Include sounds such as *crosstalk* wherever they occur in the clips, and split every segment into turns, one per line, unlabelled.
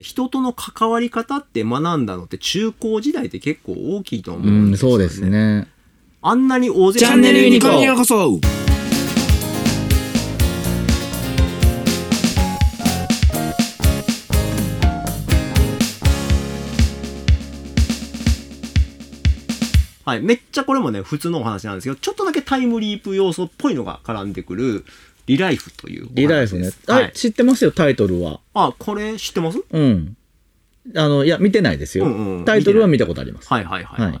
人との関わり方って学んだのって中高時代って結構大きいと思
う
うん
ん、
ですよ、
そうです。ね。
あんなに大勢
チャンネルユニコーン
ようこそ
はい。めっちゃこれもね、普通のお話なんですけど、ちょっとだけタイムリープ要素っぽいのが絡んでくる、リライフというお話です。
リライフね。
は
あ
い、。
知ってますよ、タイトルは。
あ、これ知ってます
うん。あの、いや、見てないですよ
うんうん。
タイトルは見たことあります。
はいはいはい、はい、
はい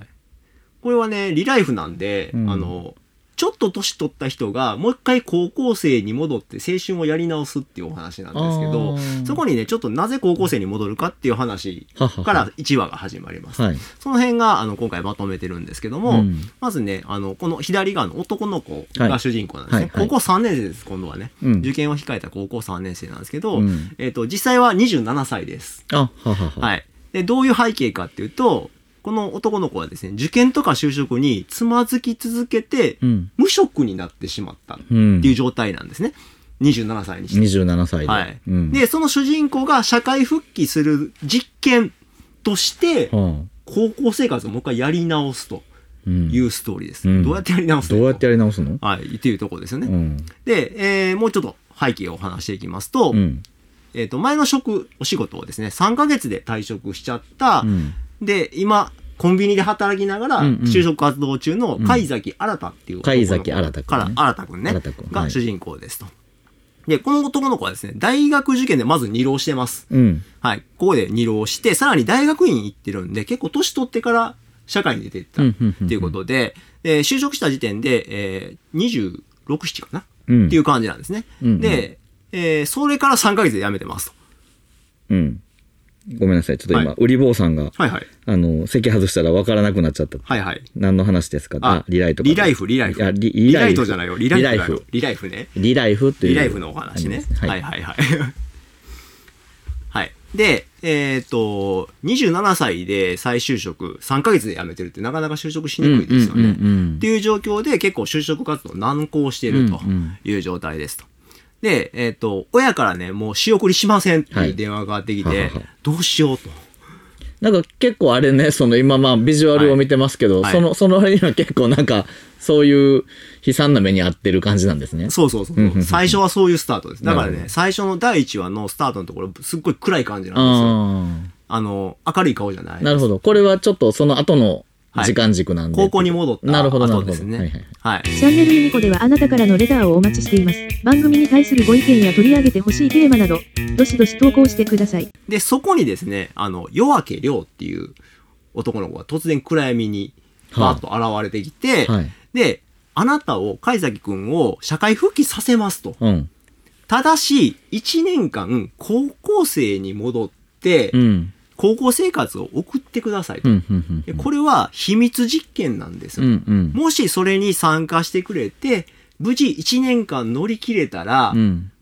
これはね、リライフなんで、
うん
あの、ちょっと年取った人がもう一回高校生に戻って青春をやり直すっていうお話なんですけ
あー
ど、そこにね、ちょっとなぜ高校生に戻るかっていう話
ははは
から1話が始まります。
はい。
その辺があの今回まとめてるんですけども、
うん
まずね、あの、この左側の男の子が主人公なんですね。
はいはいはい
高校3年生です、今度はね。
うん
受験を控えた高校3年生なんですけど、
うん
えっ、と、実際は27歳です。
あ、ははは。
はい。で、どういう背景かっていうと、この男の子はですね、受験とか就職につまずき続けて、
うん。
無職になってしまったって
うん。
いう状態なんですね。27歳にして。
27歳で。
はい。
うん。
で、その主人公が社会復帰する実験として、
は
高校生活をもう一回やり直すと
あうん
いうストーリーです。
うん
どうやってやり直す
ど
の
うやってやり直すの
はい、っていうところですよね。
うん。
で、えーもうちょっと背景をお話していきますと、
うん。
えっ、と、前の職、お仕事をですね、3ヶ月で退職しちゃった、
うん
で、今、コンビニで働きながら、
うんうん
就職活動中の貝崎新っていう男の子
貝崎新君ね
から、新君ね。
新君はい
が主人公ですと。で、この男の子はですね、大学受験でまず二浪してます。
うん。
はい。ここで二浪して、さらに大学院行ってるんで、結構年取ってから社会に出ていった
うんうんうんうん
っていうことで、で就職した時点で、えー、26、7かな、
うん
っていう感じなんですね。
うんうん
で、えーそれから3ヶ月で辞めてますと。
うん。ごめんなさい。ちょっと今、
は
売り坊さんが、
はいはい。
あの、席外したら分からなくなっちゃった。
はいはい。
何の話ですかあ、リライトか。
リライフ、リライフ。
いやリ
リライ
リライ
ト
フ
じゃないよ。リライフだよ。
リライフ
リライフね。
リライフっていう。
リライフのお話ね。
は
はいいはいはい。 *laughs* はい。で、えっ、と、27歳で再就職、3ヶ月で辞めてるってなかなか就職しにくいですよね。
うんうんうんうん
っていう状況で結構就職活動難航していると
うんうん
いう状態ですと。で、えっ、と、親からね、もう仕送りしませんって
はいいう
電話がかかってきて、
ははは
どうしようと。
なんか結構あれね、その今まあビジュアルを見てますけど、
はい
その、その割には結構なんか、そういう悲惨な目に遭ってる感じなんですね。
そうそうそう
うんうんう
そ
ん
う。最初はそういうスタートです。だから
なるほ
ね
ど、
最初の第1話のスタートのところ、すっごい暗い感じなんですよ。
あ
あの、明るい顔じゃな
あ。
い。
なるほど。これはちょっとその後の時間軸なんで。
高校に戻った
なるほど、な
後
るほど。
ですね。
はいはい。
はい。
チャンネルユニコではあなたからのレターをお待ちしています。番組に対するご意見や取り上げてほしいテーマなど、どしどし投稿してください。
で、そこにですね、あの、夜明け亮っていう男の子が突然暗闇に
は
バ
い
ーッと現れてきて、
はい
で、あなたを、海崎くんを社会復帰させますと。
うん。
ただし、1年間高校生に戻って
う、ん。
高校生活を送ってくださいと。
うん。うん。
でこれは秘密実験なんです
う
よ。
ん。うん。
もしそれに参加してくれて、無事1年間乗り切れたら、
うん。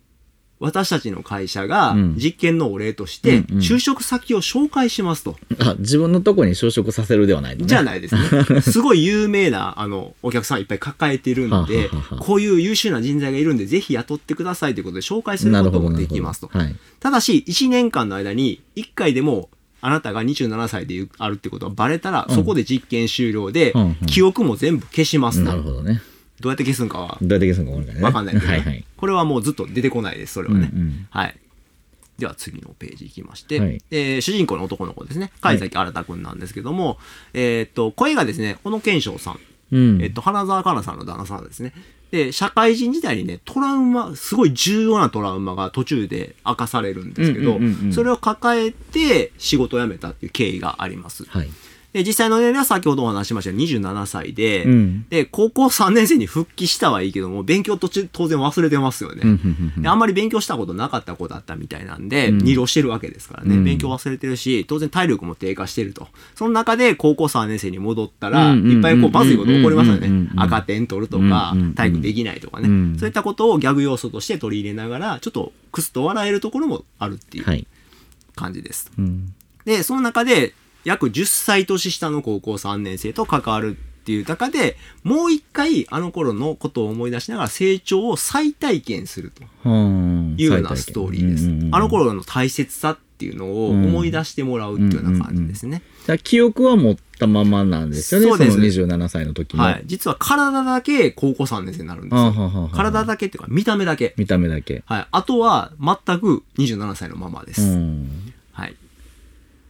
私たちの会社が
うん
実験のお礼として
うんうん
就職先を紹介しますと。
あ、自分のとこに就職させるではないのね。
じゃないです
*laughs*
ね。すごい有名なあのお客さんいっぱい抱えてるんで
はあはあはあ、
こういう優秀な人材がいるんで、ぜひ雇ってくださいということで紹介する
な
こ
る
と
ほ
も
どなる
で
ほど
きますと。
はい。
ただし、1年間の間に1回でもあなたが27歳であるってことがバレたら、
うん
そこで実験終了で
うんうん、
記憶も全部消します
な
と。
るほどね。
どうやって消すんかは
どうやって消すのか分
わ
か
か
ん
んな
ないい
け
ね。
どね、
はいはい。
これはもうずっと出てこないです、それはね。
うんうん
はい。では次のページいきまして、
はい
えー主人公の男の子ですね、
はい
貝崎新くんなんですけども、えーっと、声がですね、小野賢章さん、
うん。
えーっと、花澤香菜さんの旦那さんですね。で、社会人時代にね、トラウマ、すごい重要なトラウマが途中で明かされるんですけど、
うんうんうんうん
それを抱えて仕事を辞めたっていう経緯があります。
はい。
で、実際の年齢は先ほどお話ししました27歳で、
うん。
で、高校3年生に復帰したはいいけども、勉強途中当然忘れてますよね。
うんうんうん
であんまり勉強したことなかった子だったみたいなんで、
うん
二浪してるわけですからね、
うん
勉強忘れてるし、当然体力も低下してると。その中で高校3年生に戻ったら、
うんうんうん
いっぱいこう、まずいこと起こりますよ
うんうん
ね
う。ん
赤点取るとか
うんうんうん、
体育できないとかね、
うん
そういったことをギャグ要素として取り入れながら、ちょっとクスッと笑えるところもあるってい
は
う
い。
感じです。
うん。
で、その中で、約10歳年下の高校3年生と関わるっていう中で、もう一回あの頃のことを思い出しながら成長を再体験すると。
はあ
いうようなストーリーです。あの頃の大切さっっていうのを思い出してもらうっていうような感じですね。
から記憶は持ったままなんですよね、
そ
そう
です
の27歳の時の。
はい。実は体だけ高校3年生になるんで
あ
す
は
よ。
ははは
体だけっていうか見た目だけ。
見た目だけ。
はい。あとは全く27歳のままで
う
す。
ん。
はい。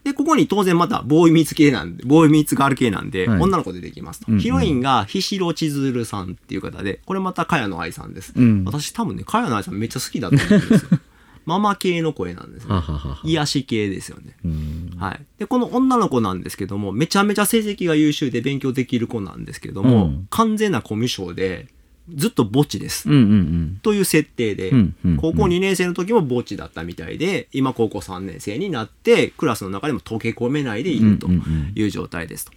で、ここに当然またボーイミーツ系なんで、ボーイミーツガール系なんで、
はい
女の子出てきますと。
うんうん
ヒロインがひしろちずるさんっていう方で、これまた茅野愛さんです。
うん。は
私多分ね、茅野愛さんめっちゃ好きだと思うんです
*laughs*
よ。ママ系の声なんですね。
ははは。
癒し系ですよね。
うん。
はい。で、この女の子なんですけども、めちゃめちゃ成績が優秀で勉強できる子なんですけども、
うん
完全なコミュ障で、ずっと墓地です。
うんうん
という設定で、
うんうんうん
高校2年生の時も墓地だったみたいで、今高校3年生になって、クラスの中でも溶け込めないでい
うん。
るという状態ですと。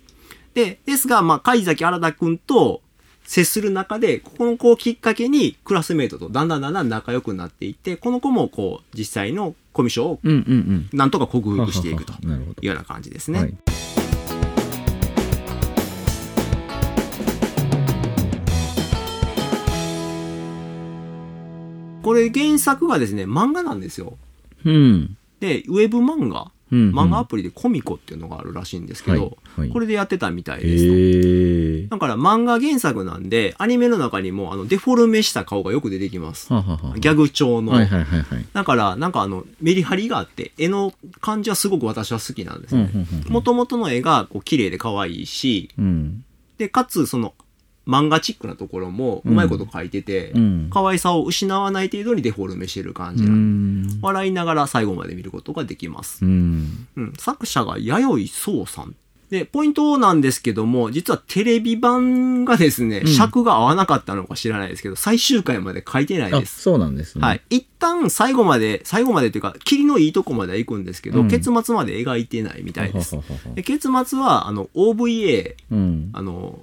で、ですが、まあ、貝崎新くんと接する中で、ここの子をきっかけに、クラスメートとだんだんだんだん仲良くなっていって、この子もこう、実際のコミュ障を
うんうん
なんとか
う
克
ん。ははは
服していくと。
なるほど
いう。ような感じですね。
はい。
これ原作がですね、漫画なんですよ。
うん。
で、ウェブ漫画、
うんうん
漫画アプリでコミコっていうのがあるらしいんですけど、
はいはい
これでやってたみたい
へ
ですと。
え。
だから漫画原作なんで、アニメの中にもあのデフォルメした顔がよく出てきます。
ははは。
ギャグ調の。
はいはいはいはい。
だから、なんかあの、メリハリがあって、絵の感じはすごく私は好きなんですね
うんうんうんう。ん
もともとの絵がこう綺麗で可愛いし、
うん。
で、かつその、漫画チックなところもうまいこと書いてて、
うん
可愛さを失わない程度にデフォルメしてる感じ
う
なんで
ん。
笑いながら最後まで見ることができます
う。ん。
うん、作者が弥生壮さん。で、ポイントなんですけども、実はテレビ版がですね、
うん
尺が合わなかったのか知らないですけど、最終回まで書いてない
あ、
です。
そうなんですね。
はい。。一旦最後まで、最後までというか、霧のいいとこまでは行くんですけど、
うん
結末まで描いてないみたいです
は。ははは
で結末は、あの、OVA、
うん。
あの、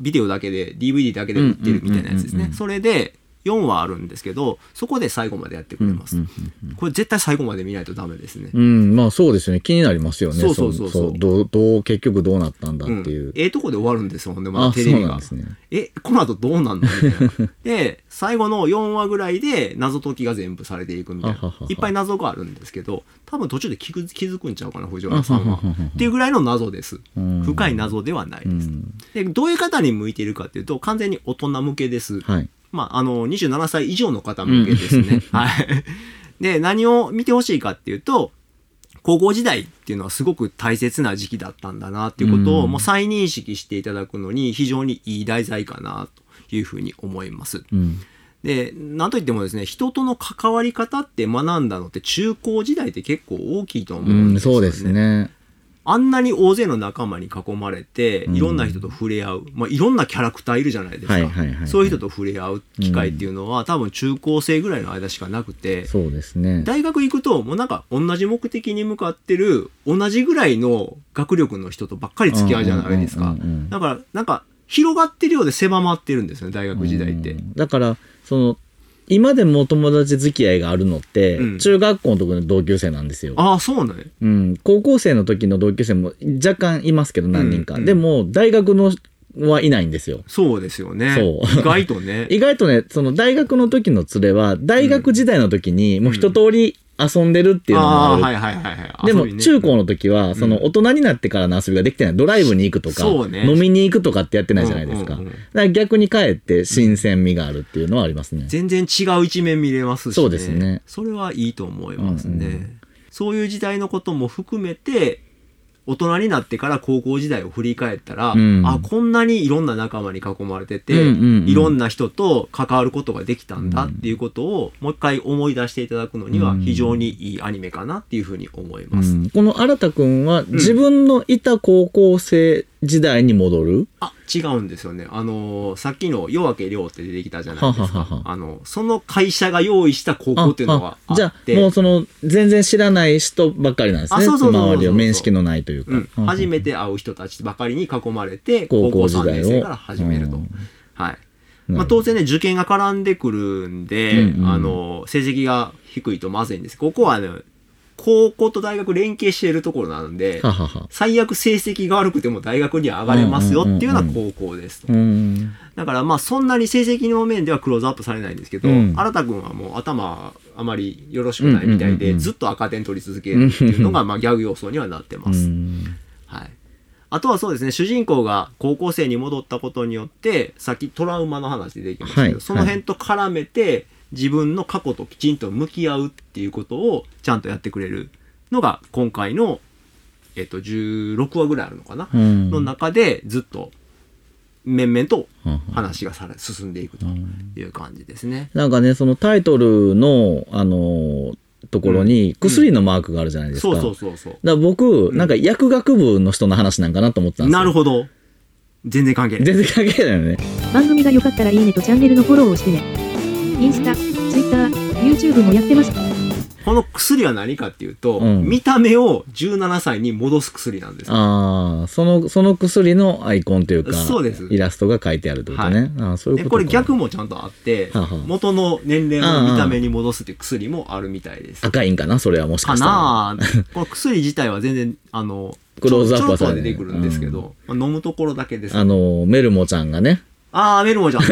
ビデオだけで、DVD だけで売ってるみたいなやつです
うんうんうんうん
ね
う。ん
それで、4話あるんですけど、そこで最後までやってくれます。
うんうんうんうん
これ絶対最後まで見ないとダメですね。
うん、まあそうですよね。気になりますよね。
そうそうそうそう
どう、どう、結局どうなったんだっていう。
んええとこで終わるんですよ、ほんで、ま
あ、
だ
そ
テレ
う
ビ
なん
が
で。すね。
え、この後どうなんのみたいな。 *laughs* で、最後の4話ぐらいで謎解きが全部されていくみたい
あは
な
はは。
いっぱい謎があるんですけど、多分途中で気づ気づくんちゃうかな、藤原さん
あは
は
ははは。
っていうぐらいの謎です。
うん
深い謎ではないうです。
ん。
で、どういう方に向いてるかっていうと、完全に大人向けです。
はい。
まあ、あの、27歳以上の方向けですね。はい。 *laughs* で、何を見てほしいかっていうと、高校時代っていうのはすごく大切な時期だったんだなっていうことを、
うん
もう再認識していただくのに非常にいい題材かなというふうに思います。
うん。
で、なんといってもですね、人との関わり方って学んだのって中高時代って結構大きいと思
う
うん
ん、
ですよね。
そうですね。
あんなに大勢の仲間に囲まれて、
うん
いろんな人と触れ合う、まあ、いろんなキャラクターいるじゃないですか、
はいはいはいはい
そういう人と触れ合う機会っていうのは、多分中高生ぐらいの間しかなくて、
そうですね。
大学行くと、もうなんか同じ目的に向かってる、同じぐらいの学力の人とばっかり付き合うじゃないですか
うんうんうんうん。
だから、なんか、広がってるようで狭まってるんですよね、大学時代って。
うんだから、その、今でも友達付き合いがあるのって、
うん
中学校の時の同級生なんですよ。
ああ、そうなんや。
うん、高校生の時の同級生も若干いますけど、何人か。
うんうん
でも、大学のはいないんですよ。
そうですよね。
そう
意外と
*laughs*
ね。
意外とね、その大学の時の連れは、大学時代の時に、もう一通り遊んでるっていうの
あ
も
あ、
ある
はいはいはいはい。
でも
遊びね
中高の時は、その大人になってからの遊びができてない。ドライブに行くとか、
そうね
飲みに行くとかってやってないじゃないですか。
うんうんうん
だから逆にかえって新鮮味があるっていうのはありますね。
全然違う一面見れますし、ね、
そうですね
それはいいと思いますね、
うんう
そういう時代のことも含めて大人になってから高校時代を振り返ったら、
うん
あこんなにいろんな仲間に囲まれてて、
うんうんうん
いろんな人と関わることができたんだっていうことをもう一回思い出していただくのには
うん
非常にいいアニメかなっていうふうに思いうます、
ん、この新田くんは自分のいた高校生時代に戻る、
あ違うんですよねあのーさっきの夜明け亮って出てきたじゃないですか
はははは
あのその会社が用意した高校っていうのがあって
じゃあもうその全然知らない人ばっかりなんですね
あそうそうそうそう
周りを面識のないというか、
うん、初め
て
て会う人たちばかりに囲まれて
高
高校
校時
3
代を
年生から始めると、
うん
はい、まあ、当然ね受験が絡んでくるんで、
うんうん
あの成績が低いとまずいんですここはね高校と大学連携しているところなんで、
ははは。
最悪成績が悪くても大学には上がれますよっていうような高校ですと
うん。
だからまあそんなに成績の面ではクローズアップされないんですけど、
うん
新田君はもう頭あまりよろしくないみたいで、
うんうんうんうん
ずっと赤点取り続けるっていうのがまあギャグ要素にはなって
う
ます。
ん。
はい、あとはそうですね主人公が高校生に戻ったことによってさっきトラウマの話でできましたけど、
はい
その辺と絡めて自分の過去ときちんと向き合うっていうことをちゃんとやってくれるのが今回の、えっと、16話ぐらいあるのかな、
うん。
の中でずっと面々と
うん
話がさら進んでいくという感じですね。
なんかね、そのタイトルの、あのーところに、薬のマークがあるじゃないですか。
そうそうそうそう。
だから僕、
ん
なんか薬学部の人の話なんかなと思ってたんですよ。
なるほど。全然関係ない。
全然関係ないよね。
番組が良かったらいいねとチャンネルのフォローをしてね。インスタ、ツイッター、YouTube もやってます。
この薬は何かっていうと、
うん
見た目を17歳に戻す薬なんです。
ああ、その、その薬のアイコンというか、
そうです
イラストが書いてあるってことね。ああ、そういう
で
こ
ことれ
か。
逆もちゃんとあって
はあはあ、
元の年齢を見た目に戻すっていう薬もあるみたいです。
赤いんかなそれはもしか
か
したら。あ
なぁ。 *laughs* この薬自体は全然、あの、
クローズアップは
ちょろっ
さ
と
れ
出
てない
てくるんですけど、まあ飲むところだけです。
の、メルモちゃんがね、
あー、メルモちゃん。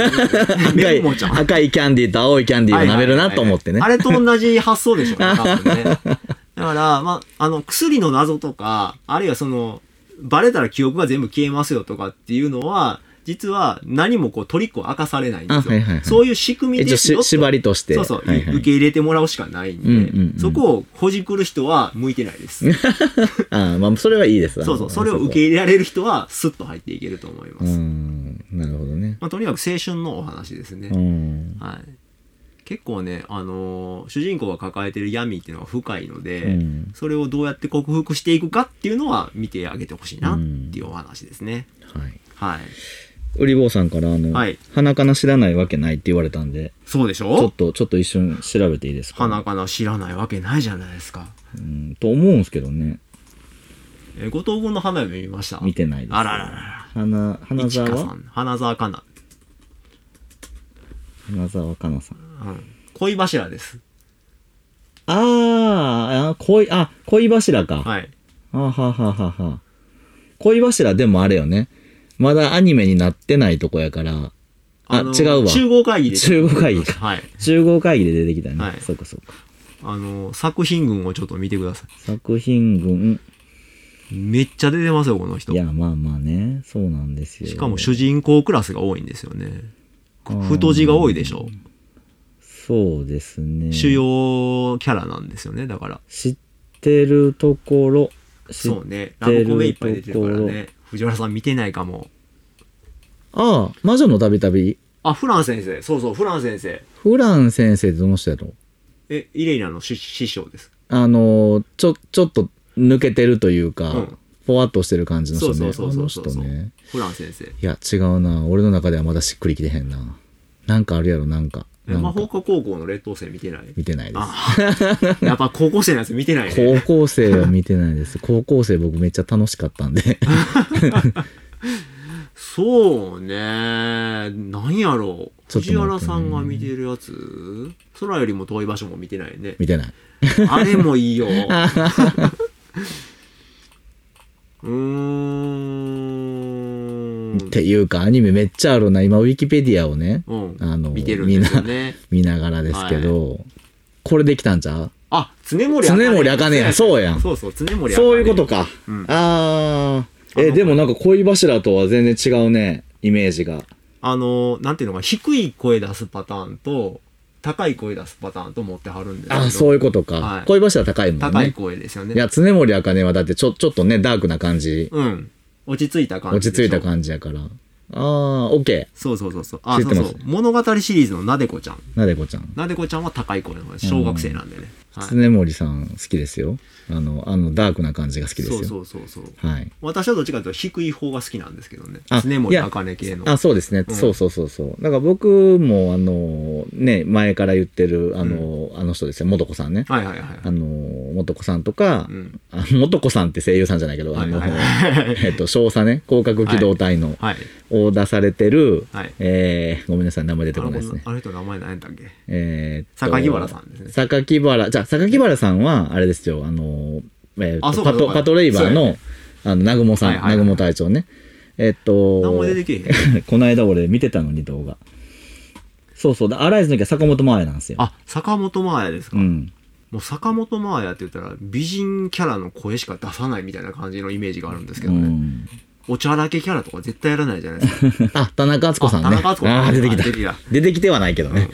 メルモちゃん。
赤いキャンディーと青いキャンディーを舐めるなと思ってね。
はいはいはいあれと同じ発想でしょう
*laughs*
ね、多分ね。だから、まあ、あの、薬の謎とか、あるいはその、バレたら記憶が全部消えますよとかっていうのは、実は何もこうトリックを明かされないんですよ。
あはいはいはい
そういう仕組み
一
で
応
すよ
し
と
縛りとして。
そうそう、
はいはい
受け入れてもらうしかないんで、
うんうんうん
そこをほじくる人は向いてない
*laughs*
です。
ああ、まあ、それはいいですわ
そうそう、それを受け入れられる人はスッと入っていけると思います。
うん、なるほどね。
まあ、とにかく青春のお話ですね。
うん。
はい、結構ね、あのー主人公が抱えてる闇っていうのは深いので、
うん
それをどうやって克服していくかっていうのは見てあげてほしいなっていうお話ですね。
はい。
はい。
ウリボウさんから、あの、
はい
花かな知らないわけないって言われたんで、
そうでし
ちょ
ょ
っと、ちょっと一瞬調べていいですか、
花かな知らないわけないじゃないですか。
うん、と思うんですけどね。
えー後藤君の花嫁見ました
見てないです。
あらららら。
花、花
いち
沢
かさ
は
ん。花沢かな。
花沢香菜さん。
うん。恋柱です。
あーあ、恋、あ、恋柱か。
はい。
あははははは。恋柱でもあれよね。まだアニメになってないとこやから。あ、
の
違うわ。
中合会議で。
中国会議か。
はい。
中国会議で出てきたね。
はい
そうかそうか。
あの、作品群をちょっと見てくださ
作品群。
い。めっちゃ出てますよ、この人。
いや、まあまあね。そうなんですよ。
しかも主人公クラスが多いんですよね。
うん
太字が多いでしょ。
そうですね。
主要キャラなんですよね、だから。
知ってるところ。知っ
そうね。ラブコメいっぱい出てるからね。藤原さん見てないかも。
ああ、魔女のたびたび。
あ、フラン先生。そうそう、フラン先生。
フラン先生ってどの人やろ
え、イレイナの師師匠です。
あのーちょ、ちょっと抜けてるというか、
うん
ぽわっとしてる感じの
そ
人
う
ね。
そうそうそうそうそ
あ
う、
の人ね。
フラン先生。
いや、違うな。俺の中ではまだしっくりきてへんな。なんかあるやろ、なんか。
え、
な
魔
んか
法科高校の劣等生見てない
見てないです。
あ *laughs* ーやっぱ高校生のやつ見てないね。
高校生は見てないです。高校生僕めっちゃ楽しかったん
*laughs*
で。
そうね。なんやろう。
ちょっと待って
藤
ね
原さんが見てるやつ空よりも遠い場所も見てないね。
見てない。
あれも
*laughs*
いいよ。うーん。
っていうか、アニメめっちゃあるな。今、ウィキペディアをね、
うん。
あの
見てるんですよね。
見ながらですけど、これできたんちゃう
あ、常森
常森茜やそうやん
そうそう、常森茜
そういうこと。か。
うん
あー。
あ
え、
の
でもなんか恋柱とは全然違うね。イメージが。
あの、なんていうのか、低い声出すパターンと、高い声出すパターンと持ってはるんですけど。
あ、そういうこと
は
か
い。
恋柱高いもんね。
高い声ですよね。
いや、常森茜はだってちょ、ちょっとね、ダークな感じ。
うん。落ち着いた感
落
じ。
ち着いた感じやから。あー、オッケ
じ。そうそうそうそう。あ、
知っ
そう
て
そ
ます
う。物語シリーズのなでこちゃん。
ー。なでこちゃん。
なでこちゃんは高い声の方です小学生なんでね。はい
常森さん好きですよ。あの、あの、ダークな感じが好きです
そ
よ。
うそうそうそう。
はい。
私はどっちかというと低い方が好きなんですけどね。
あ
常森茜系の。
あ、そうですね。
うん
そうそうそうそう。だから僕も、あの、ね、前から言ってる、あの、あの人ですよ、もとこさんね。
はいはいはい。
あの、もとこさんとか
う、ん。
あもとこさんって声優さんじゃないけど、あの
はいはい、はい
えっと、少佐ね、広角機動隊の
はい。
大を出されてる、
はい
えーごめんなさい、名前出て
あ
こ
の
ない
子の
ですね。
あの人の名前何やったっけ
えーっと
榊原さんですね
榊原、じゃあ、榊原さんは、あれですよ、あの、えーっ
あ
と
そうか
パ
そう
ト、
か
パトレイバー
そうや
の、あの、南雲さん、
はいはいはい
南雲隊長ね。えーっと、
名前出てきてへん
この間俺見てたのに動画。そうそう、だアライズの時は坂本真綾なんですよ。
あ坂本真綾ですか、
うん。
もう坂本真綾って言ったら美人キャラの声しか出さないみたいな感じのイメージがあるんですけ
う
どね、
ん、
おちゃらけキャラとか絶対やらないじゃない
*laughs*
ですか
あ、田中敦子さんね。
あ田中敦子さん
あー出てき
あ出てき
た
た。
出てきてはないけどね。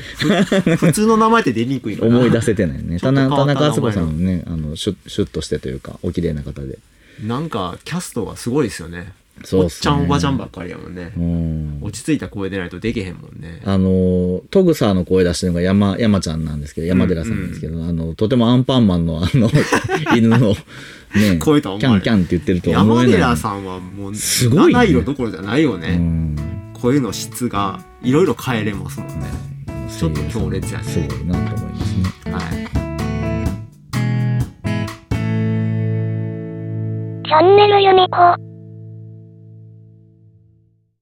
普通の名前って出にくいから
思い出せてないね。
ちょ
田
っと変わった
中
な
敦子さんもね、あの、シュッ、シュッとしてというか、お綺麗な方で。
なんかキャストがすごいですよね
そう
お
っ
っ
す
ち
ね
ゃんおばちゃんばっかりやもんね、
うん。
落ち着いた声でないとできへんもんね
あの、トグサーの声出してるのが山、山ちゃんなんですけど、山寺さんなんですけど、あの、とてもアンパンマンのあ
*laughs*
の、犬の、ね、
声とは思わない
キャンキャンって言ってるとは思
山
えない。
寺さんはもう
すごいね
七色どころじゃないよ
う
ね、
ん。
声の質がいろいろ変えれますもんね、ちょっと強烈やね
すごいなと思いますね。
はい
チャンネルユミコ。